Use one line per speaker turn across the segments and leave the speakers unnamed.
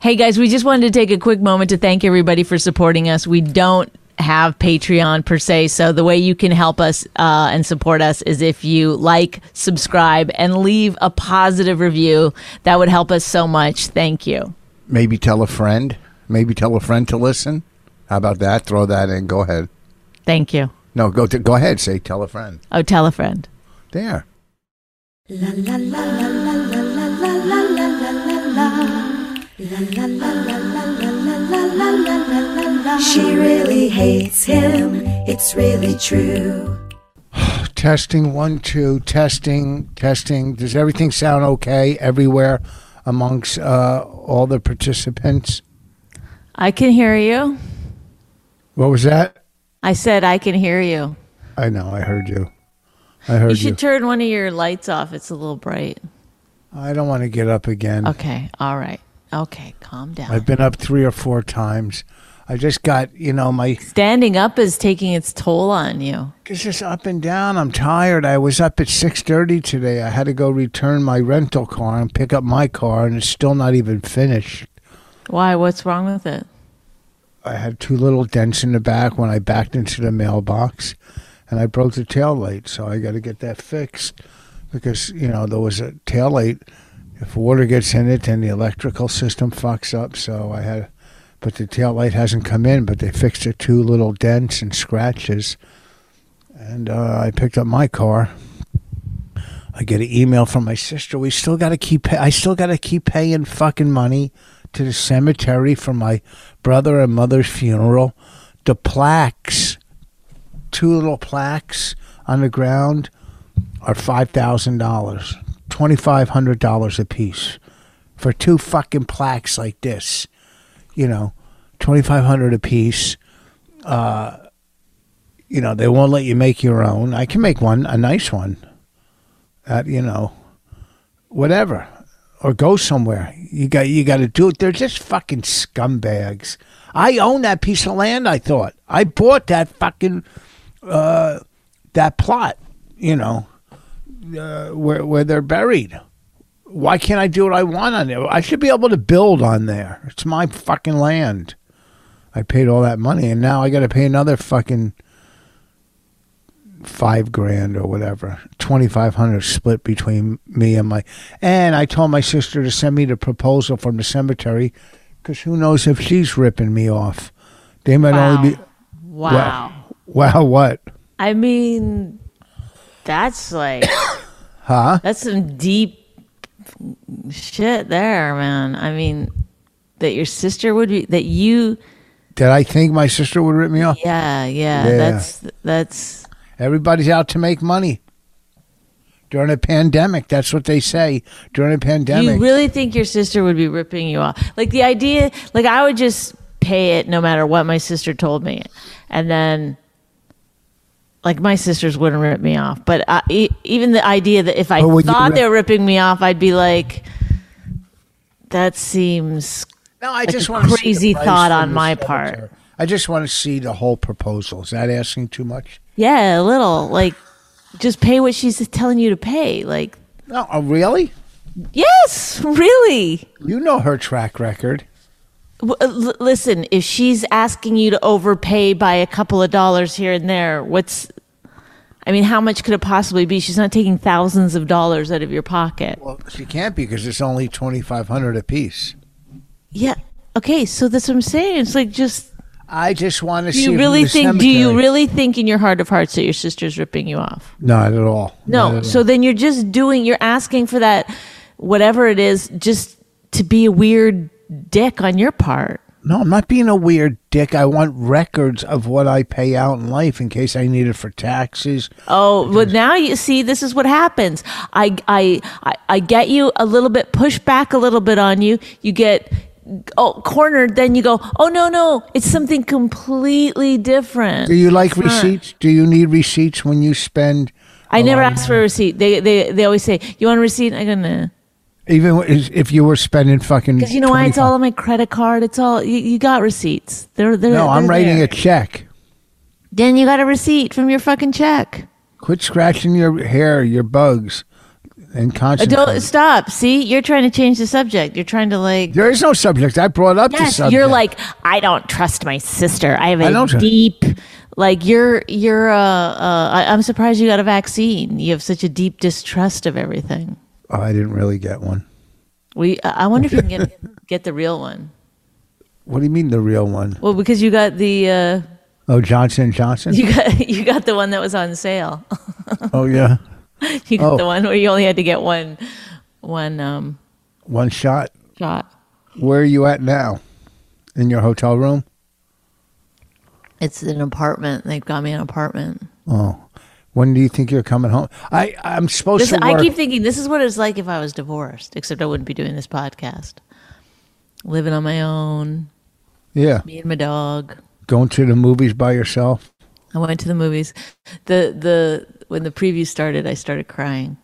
Hey guys, we just wanted to take a quick moment to thank everybody for supporting us. We don't have Patreon per se, so the way you can help us uh, and support us is if you like, subscribe, and leave a positive review. That would help us so much. Thank you.
Maybe tell a friend. Maybe tell a friend to listen. How about that? Throw that in. Go ahead.
Thank you.
No, go to, go ahead. Say tell a friend.
Oh, tell a friend.
There.
She really hates him. It's really true.
Testing one, two, testing, testing. Does everything sound okay everywhere amongst uh, all the participants?
I can hear you.
What was that?
I said I can hear you.
I know, I heard you. I heard
You
you.
should turn one of your lights off. It's a little bright.
I don't want to get up again.
Okay. All right. Okay. Calm down.
I've been up three or four times. I just got, you know, my
Standing up is taking its toll on you.
it's just up and down. I'm tired. I was up at six thirty today. I had to go return my rental car and pick up my car, and it's still not even finished.
Why? What's wrong with it?
I had two little dents in the back when I backed into the mailbox, and I broke the tail light. So I got to get that fixed because you know there was a tail light. If water gets in it, then the electrical system fucks up. So I had, but the tail light hasn't come in. But they fixed the two little dents and scratches, and uh, I picked up my car. I get an email from my sister. We still got to keep. Pay- I still got to keep paying fucking money to the cemetery for my brother and mother's funeral. The plaques, two little plaques on the ground, are five thousand dollars, twenty five hundred dollars a piece, for two fucking plaques like this. You know, twenty five hundred a piece you know they won't let you make your own i can make one a nice one that you know whatever or go somewhere you got you got to do it they're just fucking scumbags i own that piece of land i thought i bought that fucking uh that plot you know uh, where where they're buried why can't i do what i want on there i should be able to build on there it's my fucking land i paid all that money and now i got to pay another fucking five grand or whatever, twenty five hundred split between me and my. And I told my sister to send me the proposal from the cemetery, because who knows if she's ripping me off? They might only be.
Wow.
Wow, what?
I mean, that's like, huh? That's some deep shit there, man. I mean, that your sister would be, that you,
Did I think my sister would rip me off?
yeah, yeah,
Yeah.
that's, that's,
Everybody's out to make money. During a pandemic, that's what they say. During a pandemic,
you really think your sister would be ripping you off? Like the idea, like I would just pay it no matter what my sister told me. And then, like my sisters wouldn't rip me off, but I, e- even the idea that if I
But would you
thought
rip-
they were ripping me off, I'd be like, that seems
No, I
like
just
a
want to
crazy thought on my part.
I just want to see the whole proposal. Is that asking too much?
Yeah, a little. Like, just pay what she's telling you to pay. Like,
No, oh, really?
yes, really.
You know her track record.
W- uh, l- listen, if she's asking you to overpay by a couple of dollars here and there, what's. I mean, how much could it possibly be? She's not taking thousands of dollars out of your pocket.
Well, she can't be because it's only twenty five hundred apiece.
Yeah. Okay, so that's what I'm saying. It's like just
I just want to
do
see.
you
if
really
the
think do you
cemetery-
really think in your heart of hearts that your sister's ripping you off?
Not at all. Not
No.
at
So then you're just doing, you're asking for that, whatever it is, just to be a weird dick on your part.
No, I'm not being a weird dick. I want records of what I pay out in life in case I need it for taxes.
Oh, well, now you see, this is what happens. I, I, I, I get you a little bit, push back a little bit on you. You get oh, cornered. Then you go, oh, no, no, it's something completely different.
Do you like receipts? Do you need receipts when you spend?
I
a
never
lot of
ask for a receipt. They, they, they always say, you want a receipt? I go, nah.
money? Even wh- is- if you were spending fucking.
Because you know why? It's
25
all on my credit card. It's all, you, you got receipts. They're, they're,
No, I'm
they're
writing
there.
a check.
Then you got a receipt from your fucking check.
Quit scratching your hair, your bugs. and concentrate.
Don't stop. See, you're trying to change the subject. You're trying to like.
There is no subject. I brought up the
Yes,
subject.
you're like I don't trust my sister. I have a
I don't trust-
deep, like you're you're. Uh, uh, I, I'm surprised you got a vaccine. You have such a deep distrust of everything.
Oh, I didn't really get one.
We. I I wonder if you can get get the real one.
What do you mean the real one?
Well, because you got the uh,
Oh, Johnson and Johnson.
you got you got the one that was on sale.
oh yeah,
You got
Oh.
the one where you only had to get one one um
one shot.
shot.
Where are you at now? In your hotel room?
It's an apartment. They've got me an apartment.
Oh, when do you think you're coming home? I I'm supposed
This,
to work.
I keep thinking this is what it's like if I was divorced, except I wouldn't be doing this podcast. Living on my own,
yeah,
me and my dog.
going to the movies by yourself.
I went to the movies. The the when the preview started, I started crying.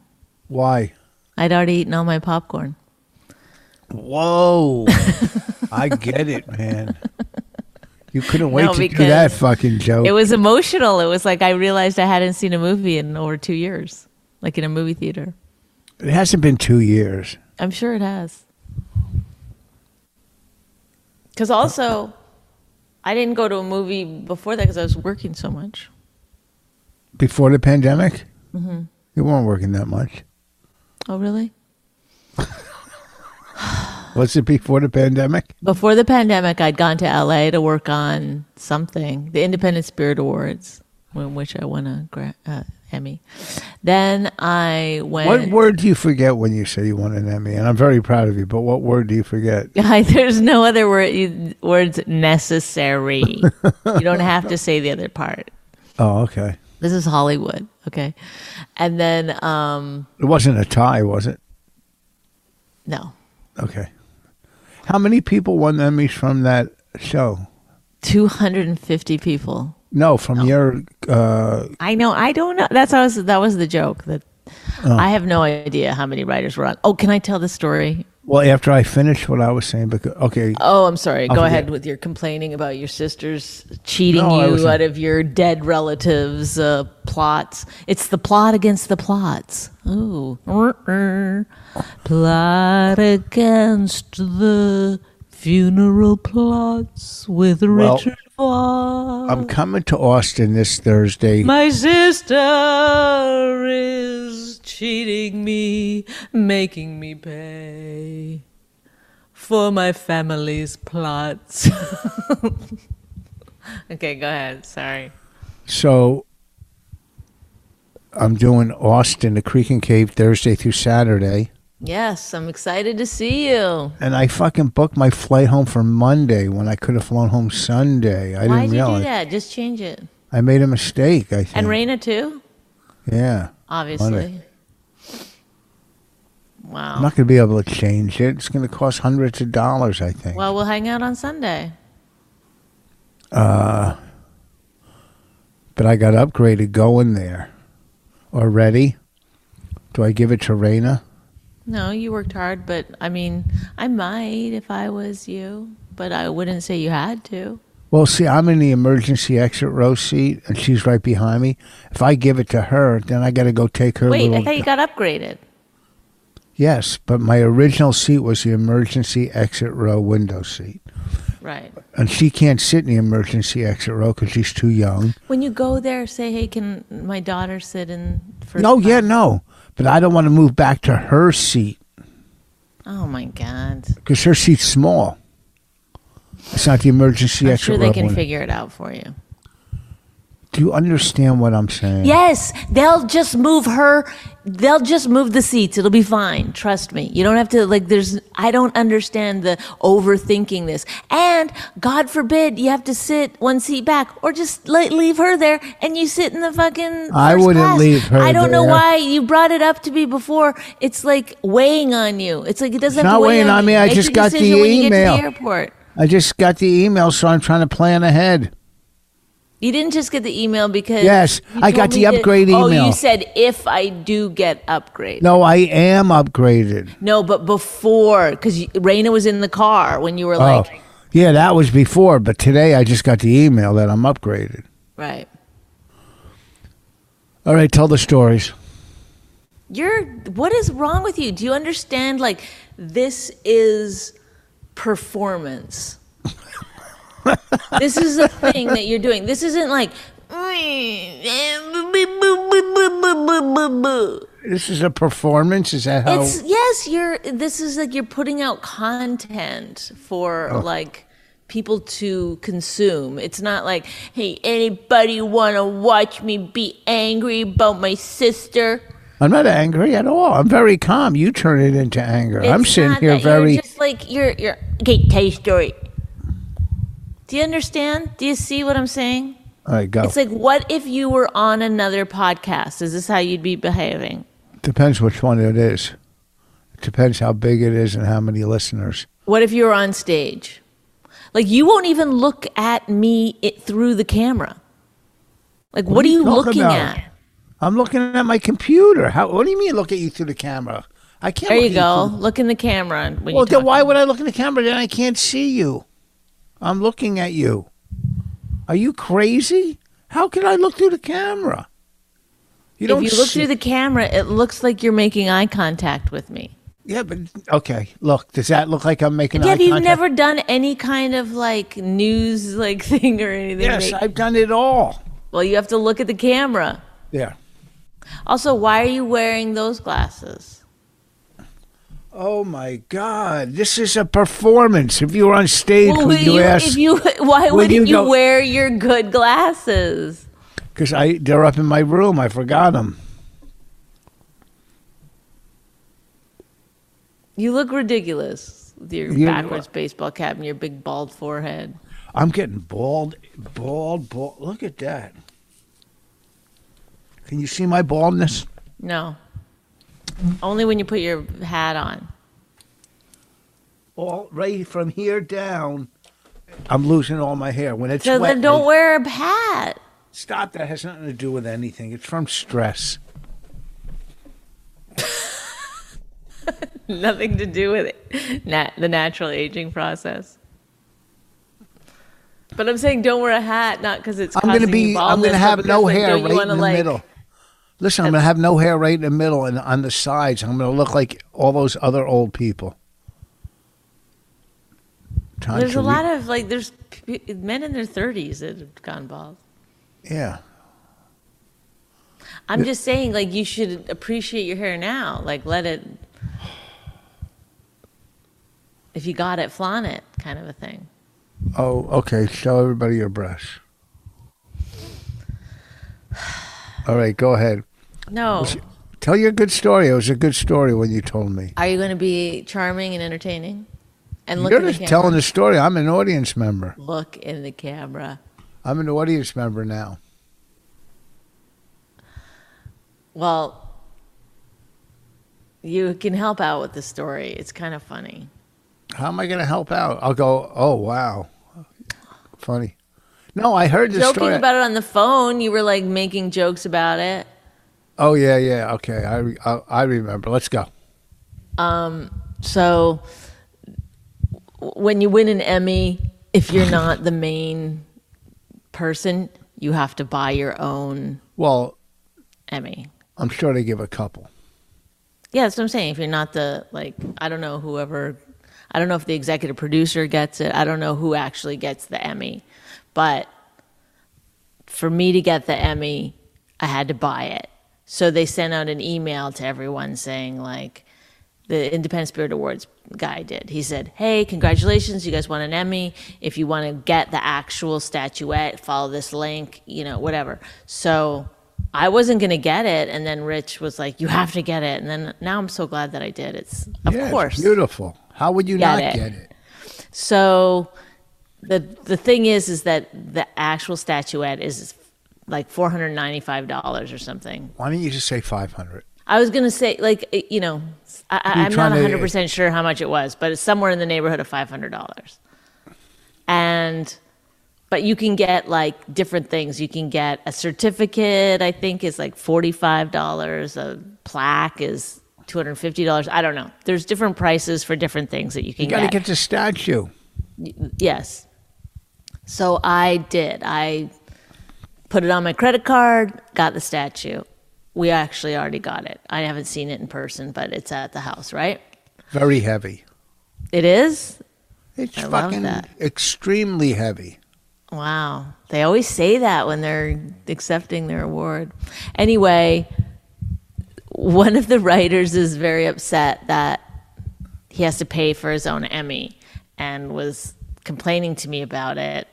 Why?
I'd already eaten all my popcorn.
Whoa, I get it, man. You couldn't wait
No,
to do that
because
fucking joke.
It was emotional. It was like I realized I hadn't seen a movie in over two years, like in a movie theater.
it hasn't been two years.
I'm sure it has. Because also, I didn't go to a movie before that because I was working so much.
before the pandemic,
Mm-hmm.
you weren't working that much.
Oh, really?
Was it before the pandemic?
Before the pandemic, I'd gone to LA to work on something, the Independent Spirit Awards, in which I won a gra- uh, Emmy. Then I went.
What word do you forget when you say you won an Emmy? And I'm very proud of you, but what word do you forget?
I, there's no other word, words necessary. you don't have to say the other part.
Oh, okay.
This is Hollywood, okay? And then, um,
It wasn't a tie, was it?
no,
Okay. How many people won Emmys from that show?
250 people.
No, from your. Uh,
I know. I don't know. That's how I was, that was the joke that I have no idea how many writers were on. Oh, can I tell the story?
well, after I finished what I was saying, because okay,
Oh, I'm sorry. Go
forget.
ahead with your complaining about your sisters cheating
No, I
you
wasn't.
out of your dead relatives' uh, plots. It's the plot against the plots. Ooh. plot against the funeral plots with
Well,
Richard Vaughn.
I'm coming to Austin this Thursday.
My sister is cheating me, making me pay for my family's plots. okay, go ahead. Sorry.
So I'm doing Austin, the Creek and Cave, Thursday through Saturday.
Yes, I'm excited to see you.
And I fucking booked my flight home for Monday when I could have flown home Sunday. I
Why'd
didn't
you
realize.
do that? Just change it.
I made a mistake, I think.
And Raina too,
yeah.
obviously.
Monday.
Wow.
I'm not going to be able to change it. It's going to cost hundreds of dollars, I think.
well, we'll hang out on Sunday.
but I got upgraded going there already. Do I give it to Raina?
No, you worked hard, but I mean, I might if I was you, but I wouldn't say you had to.
Well, see, I'm in the emergency exit row seat, and she's right behind me. If I give it to her, then I got to go take her.
Wait, I
little-
thought you got upgraded.
yes, but my original seat was the emergency exit row window seat.
Right.
and she can't sit in the emergency exit row because she's too young.
When you go there, say, "Hey, can my daughter sit in?" For
No, yeah, no. But I don't want to move back to her seat
Oh my God!
because her seat's small. It's not the emergency
I'm
exit
sure
row.
they can
one.
figure it out for you.
Do you understand what I'm saying?
Yes, they'll just move her. They'll just move the seats. It'll be fine. Trust me. You don't have to like. There's. I don't understand the overthinking this. And God forbid you have to sit one seat back, or just like, leave her there and you sit in the fucking.
I
first
wouldn't
class.
leave her
I don't know
there.
why you brought it up to me before. It's like weighing on you. It's like it doesn't. have
It's not
to weigh
weighing on me. I
Make
just
the
got the
decision when you get to
email.
the airport.
I just got the email, so I'm trying to plan ahead.
You didn't just get the email because
Yes,
you
I
told
got
me
the
that-
upgrade
Oh, you
email.
said if I do get upgrade.
No, I am upgraded.
No, but before, because Raina was in the car when you were like,
oh, yeah, that was before, but today I just got the email that I'm upgraded.
right.
All right, tell the stories.
You're what is wrong with you? Do you understand like this is performance? this is a thing that you're doing. This isn't like
This is a performance. Is that how?
it's yes, you're this is like you're putting out content for
Oh.
like people to consume. It's not like, hey, anybody want to watch me be angry about my sister?
I'm not angry at all. I'm very calm. You turn it into anger. I'm
It's
sitting
not
here
that. You're
very.
just like you're you're okay, tell your story. Do you understand? Do you see what I'm saying?
All right, go.
It's like what if you were on another podcast? Is this how you'd be behaving?
Depends which one it is. It depends how big it is and how many listeners.
What if you were on stage? Like you won't even look at me it, through the camera. Like what,
do
are
you
you
talk
looking
about?
at?
I'm looking at my computer. How? What do you mean? Look at you through the camera? I can't.
There
look
you
at
go.
through the-
Look in the camera when
Well,
you
then
talk.
why would I look in the camera? Then I can't see you. I'm looking at you. Are you crazy? How can I look through the camera? You
If you look
see-
through the camera, it looks like you're making eye contact with me.
Yeah, but okay. Look, does that look like I'm making?
yeah,
eye
but you've
contact?
never done any kind of like news like thing or anything.
Yes,
that-
I've done it all.
well, you have to look at the camera.
Yeah.
Also, why are you wearing those glasses?
Oh my God! This is a performance. If you were on stage,
Well,
would
will
you,
you-
ask?
if you, why
will
wouldn't
you
you,
go-
wear your good glasses?
Because I they're up in my room. I forgot them.
You look ridiculous with your
You know
backwards baseball cap and your big bald forehead.
I'm getting bald, bald, bald. Look at that. Can you see my baldness?
No. Only when you put your hat on.
All right from here down. I'm losing all my hair when it's
So
wet.
then don't
it-
wear a hat.
Stop! That has nothing to do with anything. It's from stress.
Nothing to do with it. Nat- the natural aging process. But I'm saying don't wear a hat, not because it's.
I'm gonna
causing you
be. I'm
baldness,
gonna
but
have
because,
no
like,
hair
don't you
right in
wanna,
the
like-
middle. Listen, I'm gonna have no hair right in the middle and on the sides. I'm gonna look like all those other old people. Time
There's
to
a
re-
lot of like there's p- men in their 30s that have gone bald.
yeah.
I'm just saying like you should appreciate your hair now. Like let it. If you got it, flaunt it, kind of a thing.
Oh, okay. Show everybody your brush. All right, go ahead.
No.
Tell your good story. It was a good story when you told me.
Are you going to be charming and entertaining? And look
You're
in the
just
camera.
telling the story. I'm an audience member.
look in the camera.
I'm an audience member now.
Well, you can help out with the story. It's kind of funny.
How am I going to help out? I'll go. Oh wow, funny. No, I heard the
Joking
story.
about it on the phone, you were like making jokes about it.
oh yeah, yeah. Okay, I, re- I I remember. Let's go.
Um, So w- when you win an Emmy, if you're not the main person, you have to buy your own
Well,
Emmy.
I'm sure they give a couple.
Yeah, that's what I'm saying. If you're not the like, I don't know whoever, I don't know if the executive producer gets it. I don't know who actually gets the Emmy, but for me to get the Emmy, I had to buy it. So they sent out an email to everyone saying like, the Independent Spirit Awards guy did. He said, "Hey, congratulations! You guys won an Emmy. If you want to get the actual statuette, follow this link. You know, whatever." So I wasn't going to get it, and then Rich was like, "You have to get it." And then now I'm so glad that I did. It's of
Yeah, it's
course.
beautiful. How would you
Get
not
it.
get it?
So the the thing is is that the actual statuette is like $495 or something.
Why don't you just say 500?
I was gonna say, like, it- you know, I, I-
You're
I'm
trying
not
to-
100 percent sure how much it was, but it's somewhere in the neighborhood of 500 dollars. And, but you can get like different things. You can get a certificate. I think is like 45 dollars. A plaque is 250 dollars. I don't know. There's different prices for different things that you can
You got to get the statue.
Yes. So I did. I put it on my credit card, got the statue. We actually already got it. I haven't seen it in person, but it's at the house, right?
Very heavy.
It is?
It's
I love
fucking
that.
extremely heavy.
Wow. They always say that when they're accepting their award. Anyway, one of the writers is very upset that he has to pay for his own Emmy and was complaining to me about it.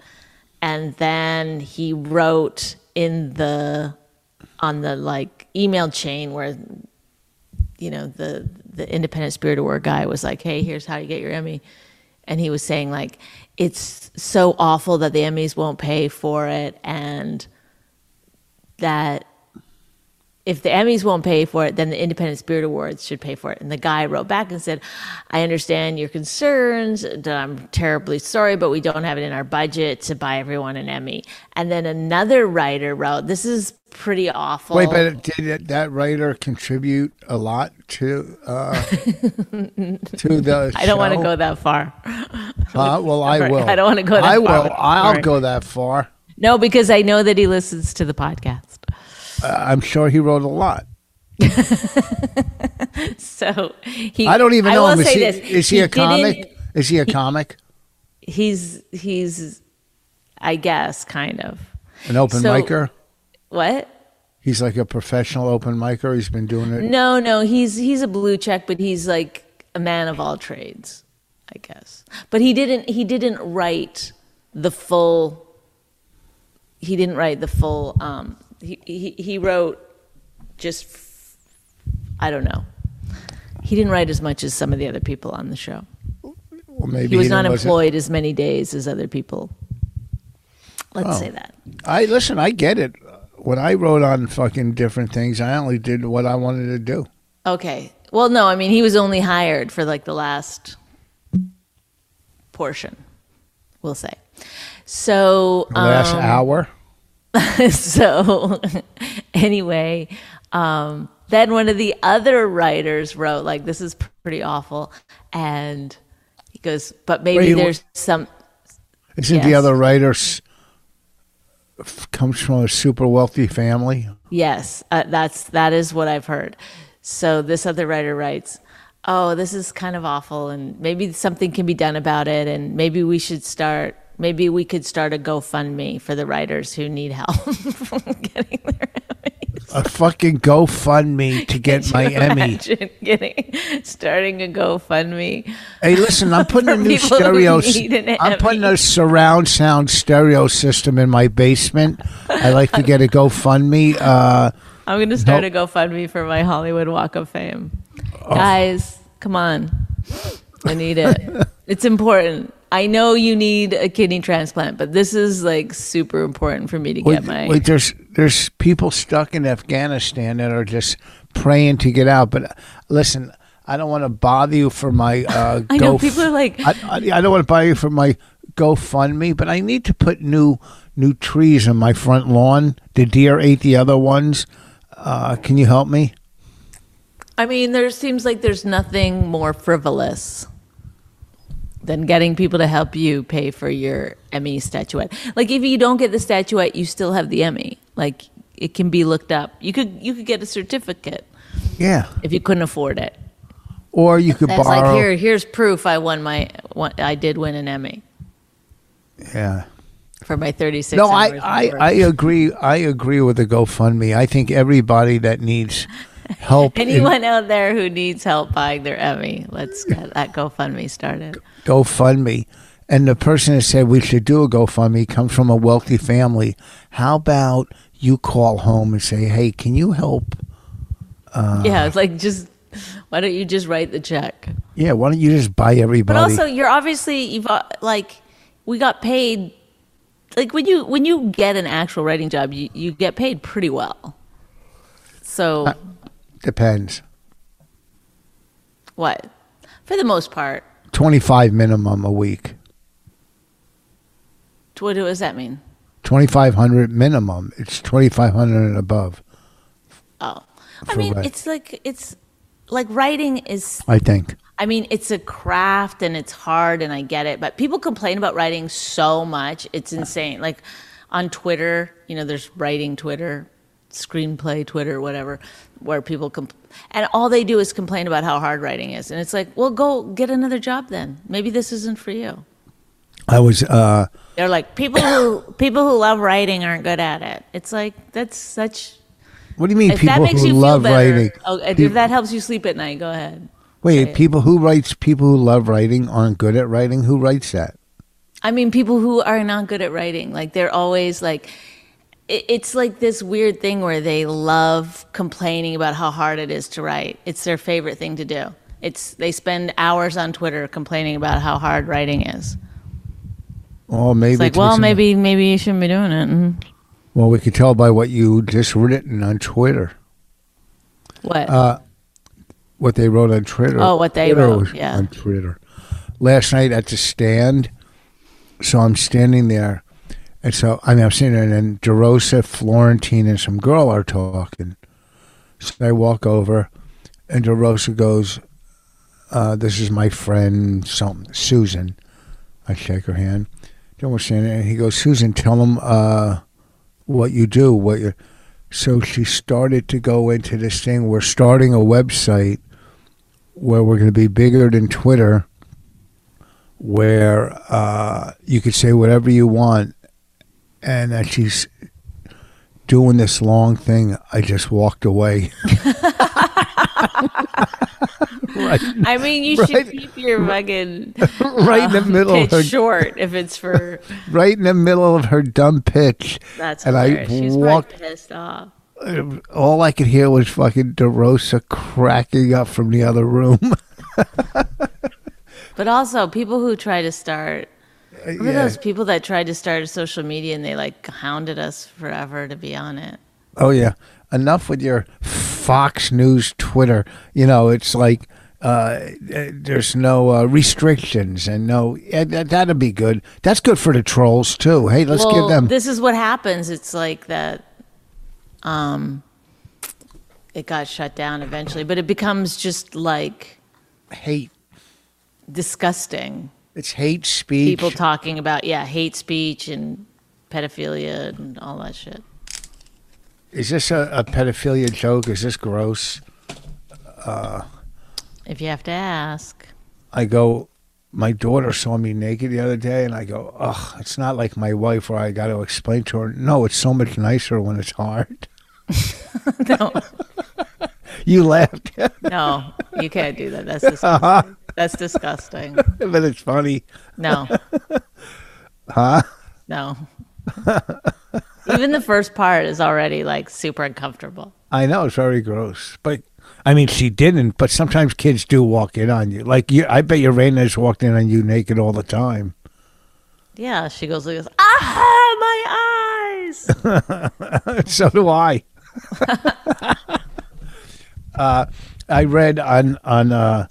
And then he wrote in the on the like email chain where you know the the independent spirit award guy was like hey here's how you get your emmy and he was saying like it's so awful that the emmys won't pay for it and that if the emmys won't pay for it then the independent spirit awards should pay for it and the guy wrote back and said i understand your concerns that i'm terribly sorry but we don't have it in our budget to buy everyone an emmy and then another writer wrote this is pretty awful
Wait, but did it, that writer contribute a lot to uh, to the?
I don't want to go that far.
Uh, well, I
Sorry,
will.
I don't wanna go that
I
far.
will. I'll
Sorry.
go that far.
No, because I know that he listens to the podcast.
Uh, I'm sure he wrote a lot.
So he.
I don't even
I
know
will
him. Is
say
he,
this:
is he a
didn't-
comic? Is he a comic?
He's he's, I guess, kind of.
An open
So-
micer?
What?
He's like a professional open micer. He's been doing it.
No, no. He's he's a blue check, but he's like a man of all trades, I guess. But he didn't he didn't write the full. He didn't write the full. Um, he he he wrote just. f- I don't know. He didn't write as much as some of the other people on the show.
Well, maybe
he was not
didn't- wasn't-
employed as many days as other people. Let's
Oh.
say that.
I listen. I get it. When I wrote on fucking different things, I only did what I wanted to do.
Okay. Well, no, I mean he was only hired for like the last portion, we'll say. So
The last
um,
hour.
so anyway, um, then one of the other writers wrote like this is pretty awful, and he goes, but maybe
Wait,
there's some.
Isn't the
yes.
other writer s- f- comes from a super wealthy family?
Yes, uh, that's that is what I've heard. So this other writer writes, "Oh, this is kind of awful, and maybe something can be done about it, and maybe we should start. Maybe we could start a GoFundMe for the writers who need help from getting their Emmys."
A fucking GoFundMe to get my Emmy.
Imagine getting starting a GoFundMe.
Hey, listen, I'm putting a
For
new
people who
stereo. s-
need an
I'm putting a
Emmy.
surround sound stereo system in my basement. I like to get a GoFundMe. Uh,
I'm going to start a GoFundMe for my Hollywood Walk of Fame.
Oh.
Guys, come on. I need it. it's important. I know you need a kidney transplant, but this is like super important for me to
wait,
get my.
wait, there's there's people stuck in Afghanistan that are just praying to get out. But uh, listen, I don't want to bother you for my. Uh,
I know
Gof-
people are like,
I, I, I don't want to bother you for my GoFundMe, but I need to put new new trees on my front lawn. The deer ate the other ones. Uh, can you help me?
I mean, there seems like there's nothing more frivolous than getting people to help you pay for your Emmy statuette. Like if you don't get the statuette, you still have the Emmy. Like it can be looked up. You could you could get a certificate
Yeah.
if you couldn't afford it.
Or you could
That's
borrow.
like here here's proof I won my won, I did win an Emmy
Yeah.
for my 36
No, I,
hours
I,
of work.
I agree. I agree with the GoFundMe. I think everybody that needs help in
Anyone out there who needs help buying their Emmy, let's get that GoFundMe started.
GoFundMe, and the person that said we should do a GoFundMe comes from a wealthy family. How about you call home and say, "Hey, can you help?"
yeah, it's like just why don't you just write the check?
Yeah, why don't you just buy
But
everybody?
also, you're obviously you've uh, like we got paid. Like when you when you get an actual writing job, you, you get paid pretty well. So
Uh, Depends.
what? For the most part,
Twenty-five minimum a week.
t- what does that mean?
Twenty-five hundred minimum. It's twenty-five hundred and above.
Oh, I
For
mean,
what?
it's like it's like writing is.
I think.
I mean, it's a craft and it's hard, and I get it. But people complain about writing so much; it's insane. Like on Twitter, you know, there's writing Twitter, screenplay Twitter, whatever, where people comp- and all they do is complain about how hard writing is, and it's like, well, go get another job then. Maybe this isn't for you.
I was uh,
They're like people who people who love writing aren't good at it. It's like that's such.
what do you mean
If that
people
makes
who
you
love
feel better,
writing?
oh, and
Peop-
if that helps you sleep at night, go ahead.
Wait, people who writes people who love writing aren't good at writing. Who writes that?
I mean, people who are not good at writing, like they're always like, it- it's like this weird thing where they love complaining about how hard it is to write. It's their favorite thing to do. It's they spend hours on Twitter complaining about how hard writing is.
Or maybe
It's like,
takes
well,
them-
maybe maybe you shouldn't be doing it. Mhm.
Well, we could tell by what you just written on Twitter.
What?
Uh, What they wrote on Twitter.
Oh, what they
Twitter
wrote,
was
yeah.
On Twitter. Last night at the stand, so I'm standing there, and so I mean I'm sitting there, and then DeRosa, Florentine, and some girl are talking. So I walk over, and DeRosa goes, uh, "This is my friend, something Susan." I shake her hand. Then we're standing, there, and he goes, "Susan, tell them uh, what you do, what you." So she started to go into this thing. We're starting a website where we're going to be bigger than Twitter, where uh, you could say whatever you want, and that she's doing this long thing. I just walked away. right,
I mean, you
right.
should keep your fucking
right in the middle of
pitch
her,
short if it's for.
right in the middle of her dumb pitch.
That's
and I
hilarious. She's
walked.
probably pissed off.
All I could hear was fucking DeRosa cracking up from the other room.
But also, people who try to start Remember
Yeah.
those people that tried to start a social media and they like hounded us forever to be on it?
Oh yeah, enough with your Fox News Twitter. You know, it's like uh, eh, there's no uh, restrictions and no eh, that, that'd be good. That's good for the trolls too. Hey, let's
well,
give them.
this is what happens. It's like that. Um, it got shut down eventually, but it becomes just like
hate.
disgusting.
It's hate speech.
People talking about yeah, hate speech and pedophilia and all that shit.
Is this a, a pedophilia joke? Is this gross?
If you have to ask,
I go. My daughter saw me naked the other day, and I go, "Ugh, it's not like my wife, where I got to explain to her. No, it's so much nicer when it's hard."
no,
You laughed,
no, you can't do that. That's disgusting. That's disgusting.
but it's funny.
No. Huh? No. Even the first part is already like super uncomfortable.
I know it's very gross, but I mean she didn't. But sometimes kids do walk in on you. Like you, I bet your Raina's walked in on you naked all the time.
Yeah, she goes like this. Ah, my eyes.
so do I. uh, I read on on uh,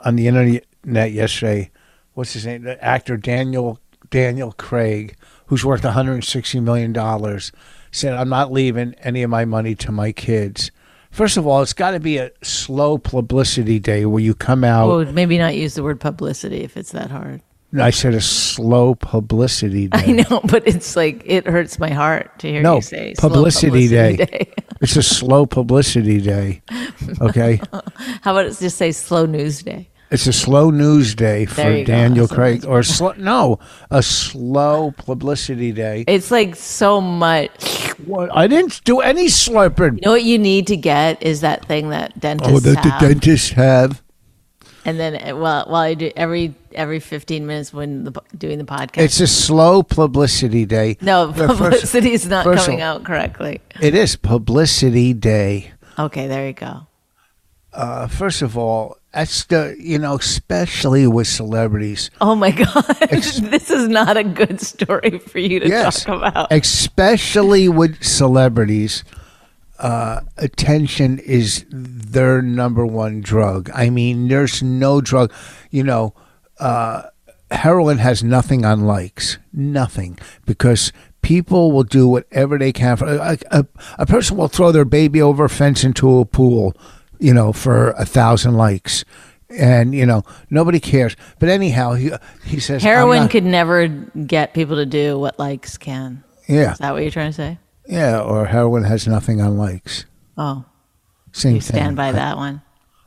on the internet yesterday. What's his name? The actor Daniel Daniel Craig, who's worth 160 million dollars, said, "I'm not leaving any of my money to my kids." First of all, it's got to be a slow publicity day where you come out.
Well, maybe not use the word publicity if it's that hard.
I said a slow publicity day.
I know, but it's like it hurts my heart to hear
No,
you say slow
publicity, day.
day.
it's a slow publicity day. Okay.
How about it's just say slow news day?
it's a slow news day
There
for
you go.
Daniel
Slow
Craig. Or slow, no, a slow publicity day.
It's like so much.
What- I didn't do any slurping.
You know what you need to get is that thing that dentists
Oh, that the
have.
dentists have.
and then uh, well, while I do every every fifteen minutes when the, po- doing the podcast,
It's a slow publicity day.
No,
Well, first-
publicity is not
first of
coming
all-
out correctly.
It is publicity day.
Okay, there you go.
Uh, first of all, that's the, you know, especially with celebrities.
Oh my God. this is not a good story for you to
Yes.
talk about.
especially with celebrities uh, attention is their number one drug i mean there's no drug you know uh, heroin has nothing on likes nothing because people will do whatever they can for a, a, a person will throw their baby over a fence into a pool you know for a thousand likes and you know nobody cares but anyhow he, he says I'm
Heroin
not-
could never get people to do what likes can.
yeah
Is that what you're trying to say?
Yeah, or heroin has nothing on likes.
Oh,
Same
you
thing.
stand by that one.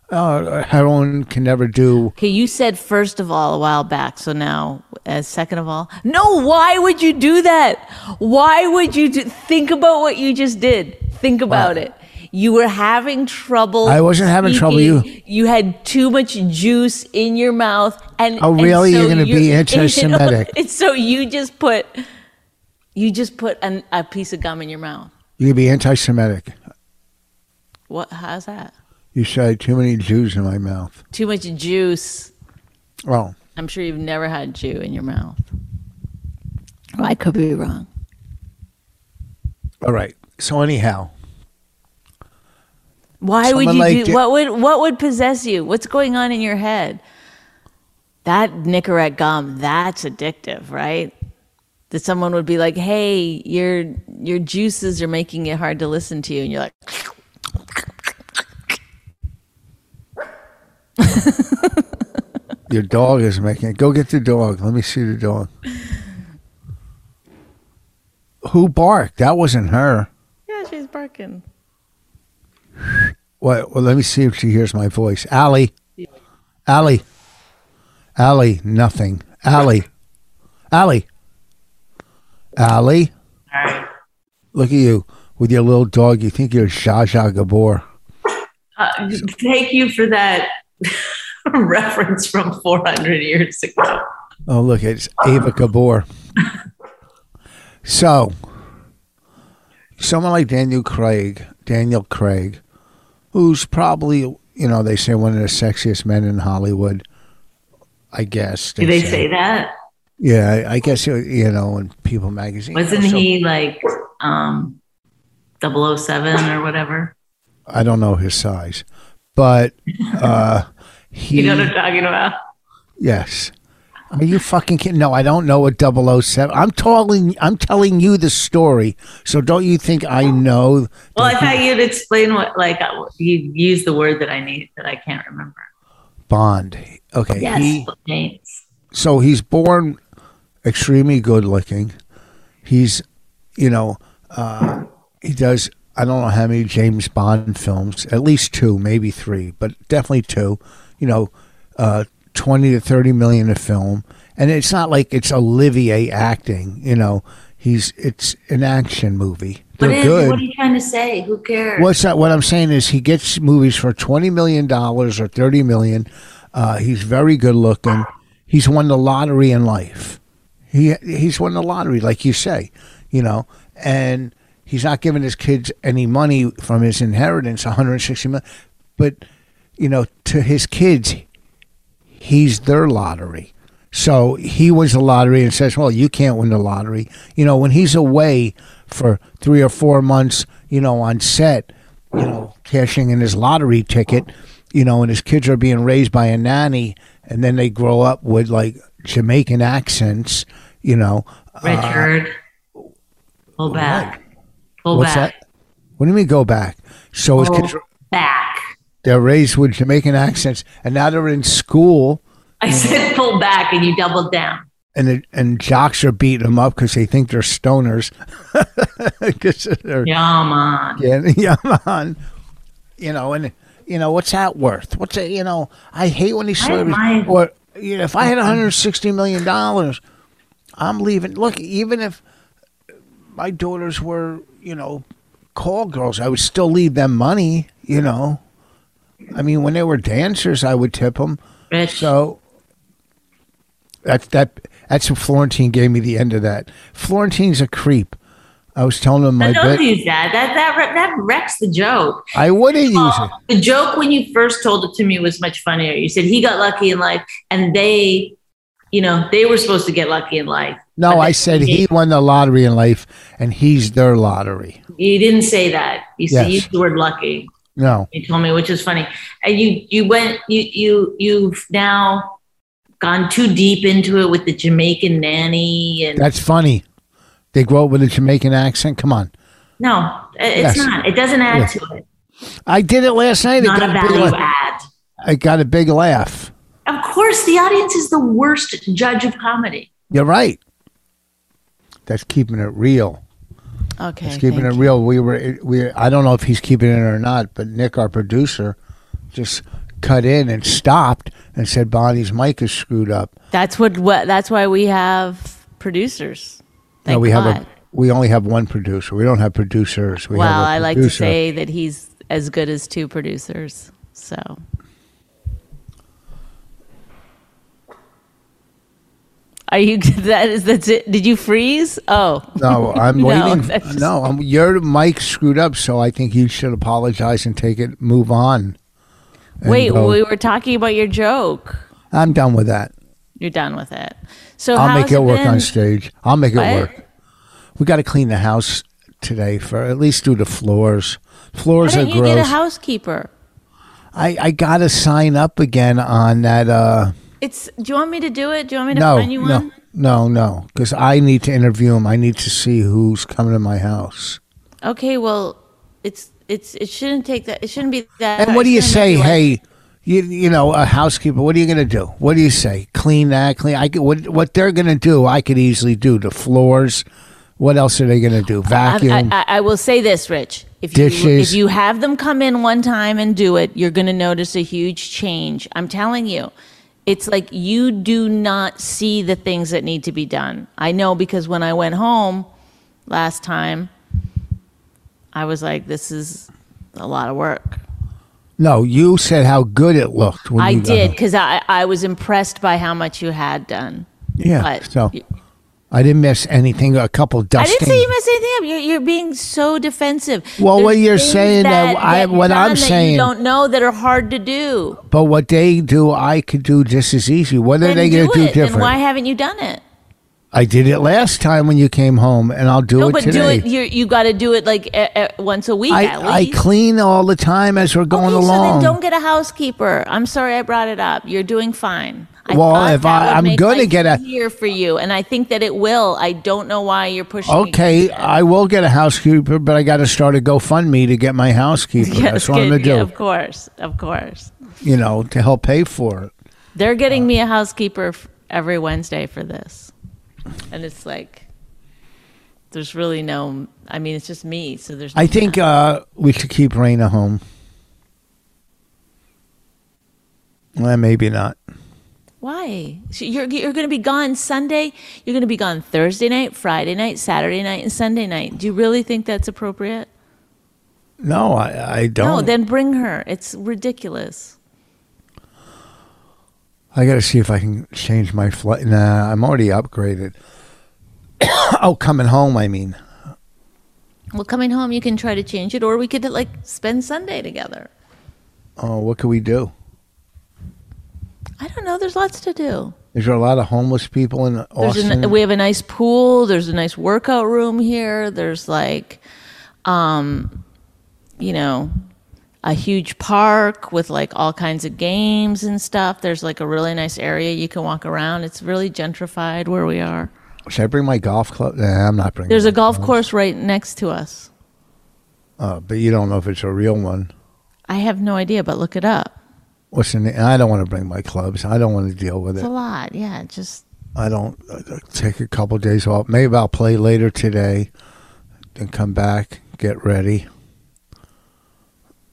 Uh, heroin can never do.
Okay, you said first of all a while back, so now as second of all. No, why would you do that? Why would you do, think about what you just did? Think about it. You were having trouble.
I wasn't having trouble,
speaking.
you-
you had too much juice in your mouth, and
Oh,
and
really?
so
You're gonna be
you-
anti-Semitic.
and so you just put, you just put an, a piece of gum in your mouth.
You can be anti-Semitic.
What? How's that?
You say too many Jews in my mouth.
Too much juice.
Well,
I'm sure you've never had Jew in your mouth. Well, I could be wrong.
all right. So anyhow,
Why would
Someone
you
like
do?
it-
What would what would possess you? What's going on in your head? That Nicorette gum, that's addictive, right? That someone would be like, "Hey, your your juices are making it hard to listen to you," and you're like,
your dog is making it. Go get the dog. Let me see the dog. Who barked? That wasn't her.
"Yeah, she's barking."
Well, well, let me see if she hears my voice. Allie. Allie. Allie, nothing. Allie. Allie. Allie. Look at you with your little dog. You think you're Zsa Zsa Gabor.
Uh, thank you for that reference from 400 years ago.
Oh, look, it's Ava Gabor. so, someone like Daniel Craig, Daniel Craig, who's probably, you know, they say one of the sexiest men in Hollywood, I guess.
Do they say that?
Yeah, I, I guess you you know in People magazine.
Wasn't
also-
he like um, 007 or whatever?
I don't know his size, but uh, he.
You know what I'm talking about?
yes. Are you fucking kidding? No, I don't know what 007. I'm telling I'm telling you the story, so don't you think I know?
Well, I thought you'd explain what, like, uh, you used the word that I need that I can't remember.
Bond. Okay.
Yes.
He, so he's born extremely good looking. He's, you know, uh, he does, I don't know how many James Bond films, at least two, maybe three, but definitely two, you know, uh, 20 to 30 million a film. And it's not like it's Olivier acting, you know, he's, it's an action movie. They're
What, is,
good.
what are you trying to say? Who cares?
What's that? What I'm saying is, he gets movies for twenty million dollars or thirty million. Uh, he's very good looking. He's won the lottery in life. He he's won the lottery, like you say, you know, and he's not giving his kids any money from his inheritance, 160 million. But you know, to his kids, he's their lottery. So he wins the lottery and says, "Well, you can't win the lottery." You know, when he's away for three or four months, you know, on set, you know, cashing in his lottery ticket, you know, and his kids are being raised by a nanny, and then they grow up with like Jamaican accents, you know.
Richard, pull back. Pull
oh, What's
back. Oh.
that? What do you mean go back? So his kids,
Pull back.
they're raised with Jamaican accents, and now they're in school.
I
Mm-hmm.
said pull back and you doubled down.
and it, and jocks are beating them up because they think they're stoners. 'Cause they're
Come on.
getting young on, you know, and you know what's that worth? What's it? You know, I hate when these
I
celebrities.
mind-
Or you know, if I had 160 million dollars, I'm leaving. Look, even if my daughters were, you know, call girls, I would still leave them money. You know, I mean, when they were dancers, I would tip them.
Rich.
So that's that. That's what Florentine gave me the end of that. Florentine's a creep. I was telling him my
No, don't
bit.
use that. That that wre- that wrecks the joke.
I wouldn't use it.
The joke when you first told it to me was much funnier. You said he got lucky in life, and they, you know, they were supposed to get lucky in life.
No, I said he won the lottery in life, and he's their lottery.
You didn't say that. You said
Yes.
used the word lucky.
No,
You told me, which is funny. And you you went you you you've now gone too deep into it with the Jamaican nanny and
that's funny. They grow up with a Jamaican accent. Come on,
no, it-
Yes.
it's not. It doesn't add
Yes.
to it.
I did it last night. I
Not a
got a, big,
value
la-
add.
I got a big laugh.
Of course, the audience is the worst judge of comedy.
You're right. That's keeping it real.
Okay.
He's keeping
thank
it
you.
real. We were we I don't know if he's keeping it or not, but Nick, our producer, just cut in and stopped and said Bonnie's mic is screwed up.
That's what, what. That's why we have producers.
No,
Thank
we
God.
have a we only have one producer. We don't have producers. We
well,
have a
I like to
producer.
say that he's as good as two producers. So Are you that is that's it? Did you freeze? Oh.
No, I'm
No,
waiting.
that's-
No, I'm, your mic's screwed up, so I think you should apologize and take it. Move on. And um,
Wait,
go,
we were talking about your joke.
I'm done with that.
You're done with it. So
I'll
how
make
has
it,
it
work
been?
on stage. I'll make
What?
it work. We got to clean the house today for at least do the floors.
Why
Floors are
don't you get a
gross.
housekeeper?
I I got to sign up again on that. Uh,
It's. Do you want me to do it? Do you want me to
no,
find you
no,
one?
no, no, because I need to interview him. I need to see who's coming to my house.
Okay. Well, it's it's it shouldn't take that. It shouldn't be that.
And what
it
do you
shouldn't
say?
be like-
Hey, you, you know, a housekeeper. What are you going to do? What do you say? Clean that. Clean. I could, what what they're going to do? I could easily do the floors. What else are they going to do? Vacuum.
I, I, I will say this, Rich. If you,
Dishes.
if you have them come in one time and do it, you're going to notice a huge change. I'm telling you. It's like you do not see the things that need to be done. I know because when I went home last time, I was like, this is a lot of work.
Mm-hmm. no, you said how good it looked. When
I
you got
did
home.
because I, I was impressed by how much you had done.
Yeah.
But
so I didn't miss anything. A couple
I
dusting.
didn't say you messed anything up. You're, you're being so defensive.
Well, what you're
things
saying that I-
get
what I'm
done that
saying-
you don't know that are hard to do.
but what they do, I could do just as easy. What are
Then
they
do
going to do
it.
different?
And why haven't you done it?
I did it last time when you came home, and I'll do
No,
it
but
today.
do it. You you got to do it like uh, uh, once a week at
I, I
least.
clean all the time as we're going
okay, so
along.
then don't get a housekeeper. I'm sorry I brought it up. You're doing fine. I
Well,
thought
if
that
I-
would
I'm
make
gonna
life
get a-
easier for you, and I think that it will. I don't know why you're pushing.
Okay, I will get a housekeeper, but I got to start a GoFundMe to get my housekeeper. That's what I'm
good.
going to
Yeah,
do,
of course, of course.
you know, to help pay for it.
They're getting me a housekeeper f- every Wednesday for this. And it's like, there's really no, I mean, it's just me. So there's,
I think uh, we should keep Raina home. Well, Eh, maybe not.
why? So you're you're going to be gone Sunday. You're going to be gone Thursday night, Friday night, Saturday night, and Sunday night. Do you really think that's appropriate?
No, I, I don't.
No, then bring her. It's ridiculous.
I got to see if I can change my flight. Nah, I'm already upgraded. oh, coming home, I mean.
Well, coming home, you can try to change it, or we could like spend Sunday together.
Oh, what can we do?
I don't know. There's lots to do.
Is there a lot of homeless people in
There's
Austin?
an, uh, we have a nice pool. There's a nice workout room here. There's like, um, you know, a huge park with like all kinds of games and stuff. There's like a really nice area you can walk around. It's really gentrified where we are.
Should I bring my golf club? Nah, I'm not bringing.
There's a
my
golf course right next to us.
Uh, but you don't know if it's a real one.
I have no idea, but look it up.
What's the name? I don't want to bring my clubs. I don't want to deal with
It's a
it.
lot. Yeah, just
I don't I- I take a couple days off. Maybe I'll play later today, then come back, get ready.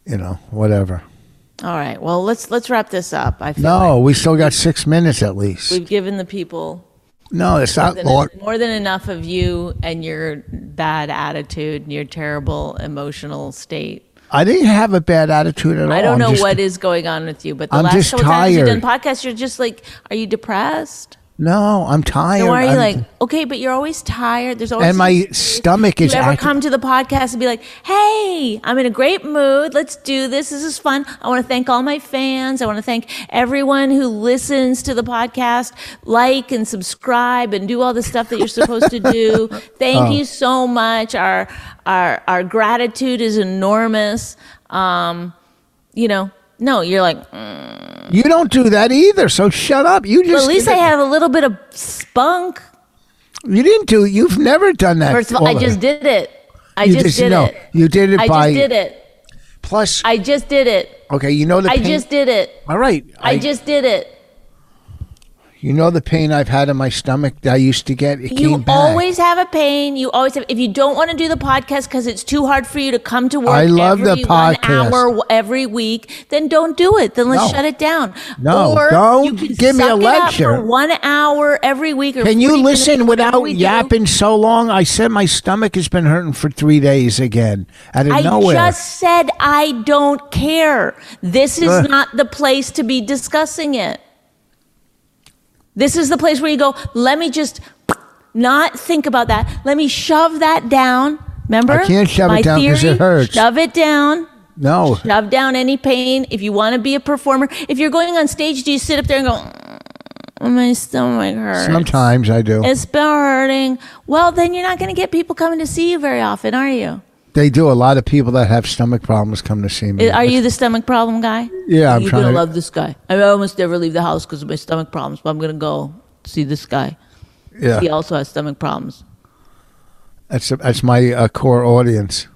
You know, whatever.
all right. Well, let's let's wrap this up. I feel like
No, we still got six minutes at least.
we've given the people
no, it's not
than-
long.
more than enough of you and your bad attitude and your terrible emotional state.
I didn't have a bad attitude at all.
I don't
I'm
know
just-
what is going on with you, but the
I'm
last
just
couple times you've done
tired.
podcasts, you're just like, are you depressed?
No, I'm tired.
Then why are you
I'm-
like, okay, but you're always tired. There's always
And my stomach
Do
is
you ever
acting-
come to the podcast and be like, hey, I'm in a great mood. Let's do this. This is fun. I want to thank all my fans. I want to thank everyone who listens to the podcast. Like and subscribe and do all the stuff that you're supposed to do. Thank you so much. Our our our gratitude is enormous. Um, you know, no, you're like, "Mm,
You don't do that either. So shut up. You just
well, at least I have a little bit of spunk.
You didn't do. You've never done that.
First of all, I just did it. I
You
just,
just-
did
no,
it.
you did it
I
by-
just did it.
Plus,
I just did it.
okay, you know the.
I
pain-
just did it.
All right.
I, just did it.
You know the pain I've had in my stomach that I used to get? It
you
came back.
always have a pain. You always have. If you don't want to do the podcast because it's too hard for you to come to work,
I love the
every one
podcast.
hour w- every week, then don't do it. Then let's
No.
shut it down.
No,
or
don't
you can
give me a
suck it up
lecture.
for one hour every week. Or
Can
40
you
minutes,
listen
whatever
without
we do.
yapping so long? I said my stomach has been hurting for three days again out of
I
nowhere.
just said I don't care. This is not the place to be discussing it. This is the place where you go, let me just not think about that. Let me shove that down. Remember?
I can't shove it
My
down 'cause
theory?
it hurts.
Shove it down.
no,
Shove down any pain. If you want to be a performer, if you're going on stage, do you sit up there and go, "Mm, my stomach hurts?
sometimes I do.
It's been hurting. Well, then you're not going to get people coming to see you very often, are you?
They do. A lot of people that have stomach problems come to see me.
Are you the stomach problem guy?
Yeah, I'm
You're
trying
gonna
to-
love this guy. I almost never leave the house because of my stomach problems, but I'm gonna go see this guy.
yeah,
He also has stomach problems.
that's that's my uh, core audience.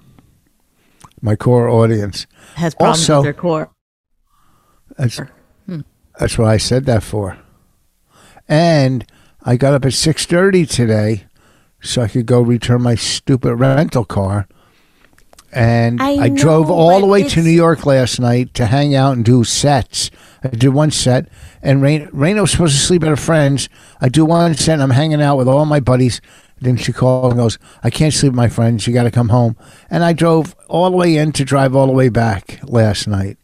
My core audience.
Has problems
Also-
with their core.
That's Hmm. that's what I said that for. And I got up at six thirty today, so I could go return my stupid rental car. And
I
I, drove
know,
all the
but
way to
it's-
New York last night to hang out and do sets. I did one set, and Rain Raina was supposed to sleep at her friend's. I do one set, and I'm hanging out with all my buddies. Then she called and goes, "I can't sleep with my friends. You got to come home." And I drove all the way in to drive all the way back last night.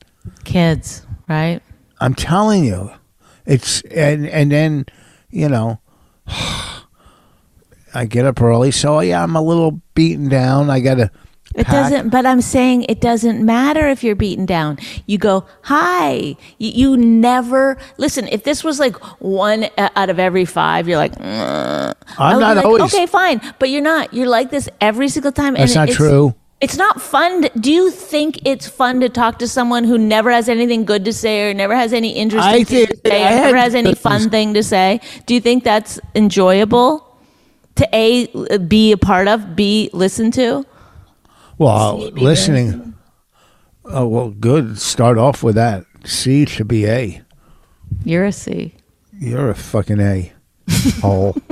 Kids, right?
I'm telling you, it's and and then you know, I get up early, so yeah, I'm a little beaten down. I gotta.
It
pack.
doesn't, but I'm saying it doesn't matter if you're beaten down. You go, hi. You, you never, listen, if this was like one uh, out of every five, you're like, "Mm." I would
not
be like,
always-
Okay, fine. But you're not. You're like this every single time.
That's not
it's,
true.
It's not fun. To, do you think it's fun to talk to someone who never has anything good to say or never has any interesting
I
thing
did-
to say
I
or never
had
has any
good
fun
things.
thing to say? Do you think that's enjoyable to A, be a part of, B, listen to?
Well, listening. Oh well, good. Start off with that. C should be A.
You're a C.
You're a fucking A. Hole.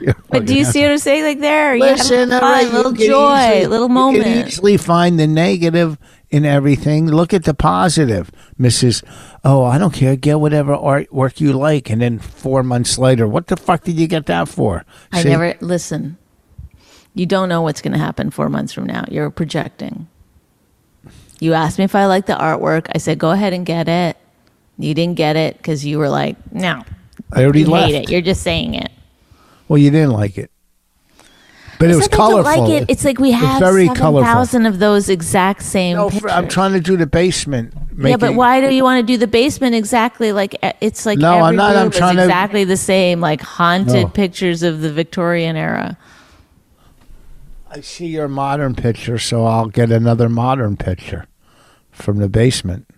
You're a
But do you
fucking
see what I'm saying? Like there,
Listen,
you have
all right,
fun, little
you can
joy,
easily-
little
You can
moment.
easily find the negative in everything. Look at the positive, Mrs. Oh, I don't care. Get whatever artwork you like, and then four months later, what the fuck did you get that for?
I
See?
never listen. You don't know what's going to happen four months from now. You're projecting. You asked me if I liked the artwork. I said, go ahead and get it. You didn't get it because you were like, no,
I already
you
left.
hate it. You're just saying it.
Well, you didn't like it, but it was
Some people
colorful.
like it. It's like we have
very colorful.
seven thousand of those exact same.
No,
pictures.
fr- I'm trying to do the basement.
Yeah, but
making-
why do you want to do the basement exactly? Like e- it's like
No, I'm
every
not. I'm
room is
trying to-
exactly the same, like haunted
No.
pictures of the Victorian era.
I see your modern picture, so I'll get another modern picture from the basement.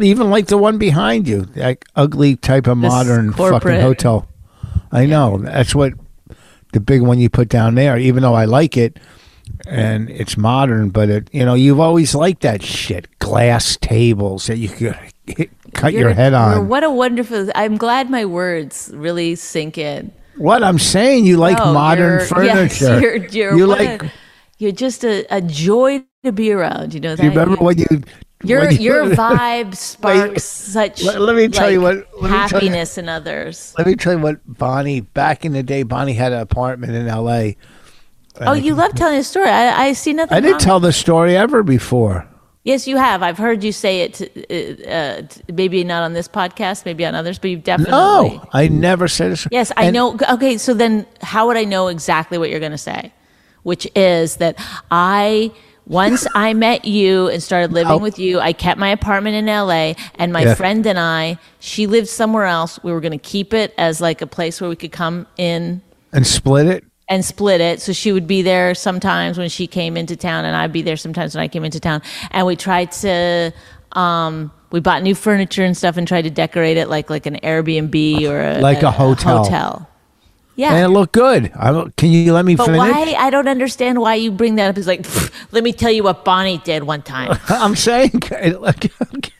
Even like the one behind you, that ugly type of
This
modern fucking
corporate-
hotel. I know. That's what the big one you put down there, even though I like it and it's modern, but it, you know, you've always liked that shit. Glass tables that you could hit, cut your
You're-
head
you're-
on.
What a wonderful! I'm glad my words really sink in.
What I'm saying, you like
No,
modern
you're- yes,
furniture.
you're, you're,
you
what
like.
a- you're just a, a joy to be around. You know that.
do you remember when you?
your
when you-
your vibe sparks such
let- let me tell you
like,
what- let me tell you-
happiness in others.
Let me tell you what Bonnie back in the day. Bonnie had an apartment in L.A.
Oh, you love telling a story. I, I see nothing.
I
wrong
didn't tell the story ever before.
Yes, you have. I've heard you say it. uh, Uh, t- maybe not on this podcast, maybe on others, but you've definitely.
No, I never said it.
Yes, I
And
know. Okay, so then how would I know exactly what you're going to say? Which is that I once I met you and started living with you, I kept my apartment in LA and my
Yeah.
friend and I, she lived somewhere else. We were going to keep it as like a place where we could come in
And split it.
and split it. So she would be there sometimes when she came into town, and I'd be there sometimes when I came into town. And we tried to, um, we bought new furniture and stuff, and tried to decorate it like like an Airbnb or a,
Like a hotel.
hotel. Yeah.
And it looked good. I don't, can you let me
but
finish?
why? I don't understand why you bring that up. It's like, "Pfft, let me tell you what Bonnie did one time.
I'm saying. okay, okay.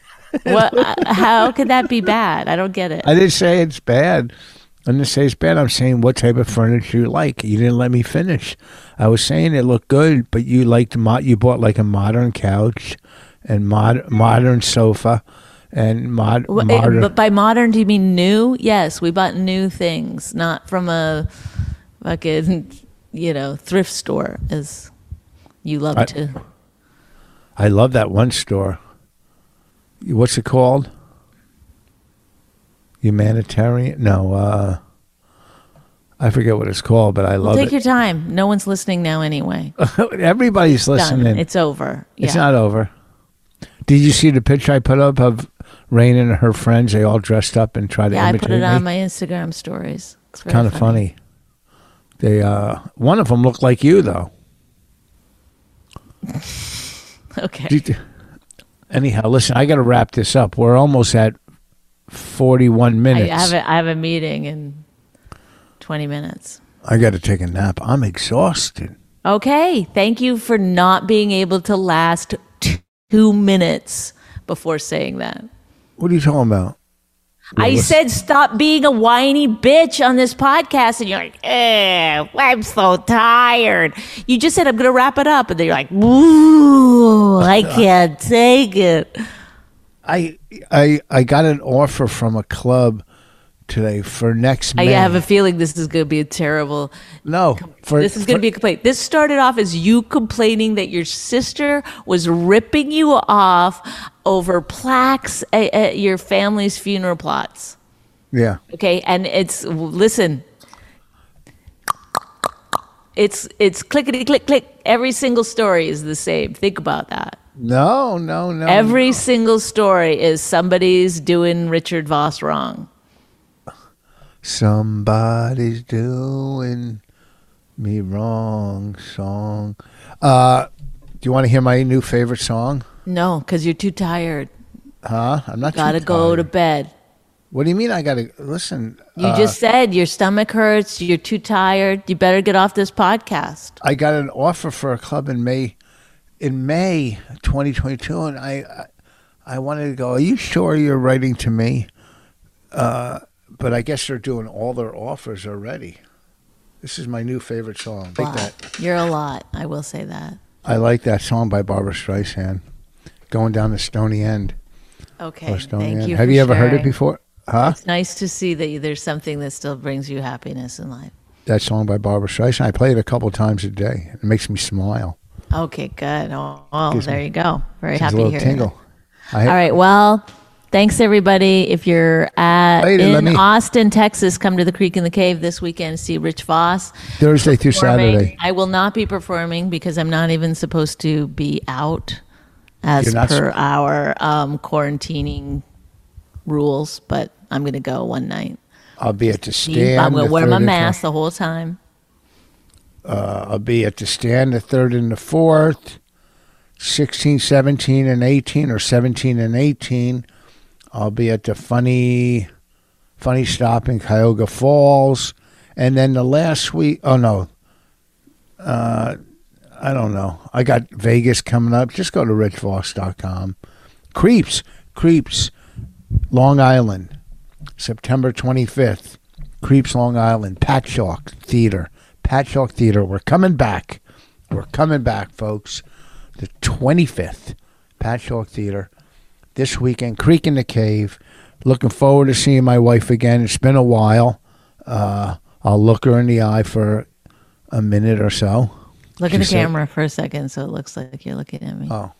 What? uh, How could that be bad? I don't get it.
I didn't say it's bad. I didn't say it's bad. I'm saying what type of furniture you like. You didn't let me finish. I was saying it looked good, but you liked mod. You bought like a modern couch, and mod modern sofa, and mod
Well, it-
modern.
eh, but by modern, do you mean new? Yes, we bought new things, not from a fucking you know thrift store, as you love
I-
to.
I love that one store. What's it called? Humanitarian? No, uh, I forget what it's called, but I
Well,
love
take
it.
your time. No one's listening now anyway.
Everybody's
Done.
listening. It's,
It's over. Yeah.
not over. Did you see the picture I put up of Rain and her friends? They all dressed up and try to
yeah, I
imitate
put it on
me.
my Instagram stories. It's very
Kind of funny. They uh, one of them looked like you though.
Okay.
Did- Anyhow, listen, I got to wrap this up. We're almost at forty-one
I
minutes.
have a, I have a meeting in 20 minutes.
I got to take a nap. I'm exhausted.
Okay. Thank you for not being able to last t- two minutes before saying that.
What are you talking about?
I said stop being a whiny bitch on this podcast, and you're like, eh, I'm so tired. You just said I'm gonna wrap it up, and then you're like, ooh, I can't take it.
I I I got an offer from a club today for next
I
May.
have a feeling this is gonna be a terrible.
no. For,
This is going
for-
to be a complaint. This started off as you complaining that your sister was ripping you off over plaques at, at your family's funeral plots.
yeah.
Okay, and it's listen. It's it's clickety click click. Every single story is the same. Think about that.
No, no, no.
Every single story is somebody's doing Richard Voss wrong.
somebody's doing me wrong song. Uh, do you want to hear my new favorite song?
No, because you're too tired.
Huh? I'm not. too
Gotta go to
tired.
bed.
What do you mean? I gotta listen.
You just said your stomach hurts. You're too tired. You better get off this podcast.
I got an offer for a club in May, in May 2022, and I, I I wanted to go. Are you sure you're writing to me? Uh, but I guess they're doing all their offers already. This is my new favorite song. I like that.
You're a lot. I will say that.
I like that song by Barbara Streisand, "Going Down the Stony End."
Okay.
Or Stony
Thank
End.
you.
Have
for
you ever heard it
sharing.
before? Huh?
It's nice to see that you- there's something that still brings you happiness in life.
That song by Barbara Streisand. I play it a couple times a day. It makes me smile.
Okay, good. Oh, well,
Gives me-
there you go. Very
It's a
happy
little
here.
tingle. I,
All right. Well, thanks everybody. If you're at
Later, let
in
me-
Austin, Texas, come to the Creek in the Cave this weekend. to See Rich Voss.
Thursday through Saturday.
I will not be performing because I'm not even supposed to be out as
You're not
per our um, quarantining rules. But I'm going to go one night.
I'll be at the stand.
I'm going
the
to wear
third
my
and
mask the whole time.
I'll be at the stand the third and the fourth, 16, 17, and 18, or 17 and 18. I'll be at the funny, funny stop in Cuyahoga Falls. And then the last week, oh no, uh, I don't know. I got Vegas coming up. Just go to richvoss.com. Creeps, Creeps, Long Island, September 25th. Creeps, Long Island, Patchogue Theater. Patchogue Theater. We're coming back. We're coming back, folks. The 25th, Patchogue Theater. This weekend, Creek in the Cave. Looking forward to seeing my wife again. It's been a while. Uh, I'll look her in the eye for a minute or so.
Look at the
She said-
camera for a second, so it looks like you're looking at me.
Oh.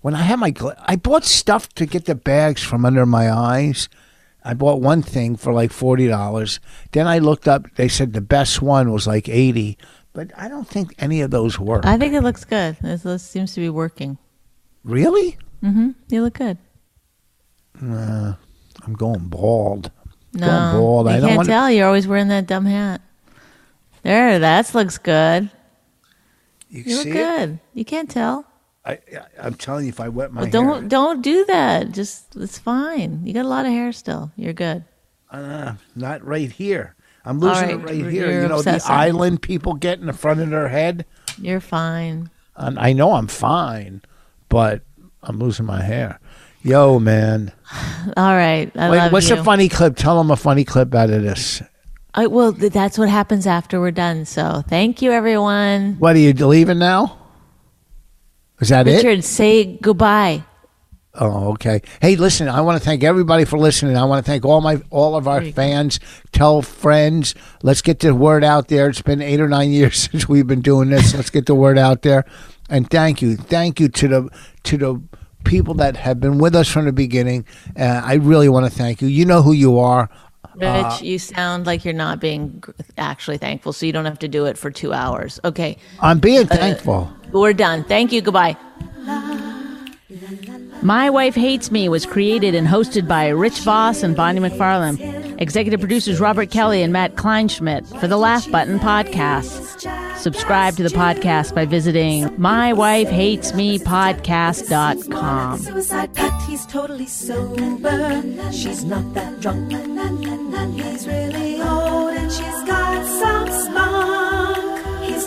when I had my, gla- I bought stuff to get the bags from under my eyes. I bought one thing for like forty dollars. Then I looked up. They said the best one was like eighty, but I don't think any of those work.
I think it looks good. This, this seems to be working.
really?
You look good.
I'm going bald. I'm
No,
going bald.
I,
I
can't
don't want.
tell. You're always wearing that dumb hat. There, that looks good.
You,
You look
see it?
good. You can't tell.
I, I, I'm telling you, if I wet my
Well, don't
hair,
don't do that. Just it's fine. You got a lot of hair still. You're good.
uh, not right here. I'm losing
right,
it right
you're-
here.
you're
you know
obsessing.
the island people get in the front of their head.
You're fine.
And I know I'm fine, but I'm losing my hair. Yo, man.
All right. I
Wait,
love
what's
you.
a funny clip? Tell them a funny clip out of this.
I, well, th- that's what happens after we're done. So thank you, everyone.
What are you leaving now? Is that it?
Richard, say goodbye.
Oh, okay. Hey, listen, I want to thank everybody for listening. I want to thank all my all of our fans. Tell friends. Let's get the word out there. It's been eight or nine years since we've been doing this. Let's get the word out there. And thank you, thank you to the to the people that have been with us from the beginning. Uh, I really want to thank you. You know who you are.
Rich, you sound like you're not being gr- actually thankful, so you don't have to do it for two hours. Okay.
I'm being
Uh,
thankful.
We're done. Thank you. Goodbye.
My Wife Hates Me was created and hosted by Rich Voss and Bonnie McFarlane. Executive producers Robert Kelly and Matt Kleinschmidt for the Laugh Button podcast. Subscribe to the podcast by visiting mywifehatesmepodcast.com.
Suicide pact, he's totally sober. She's not that drunk. He's really old and she's got some spunk. He's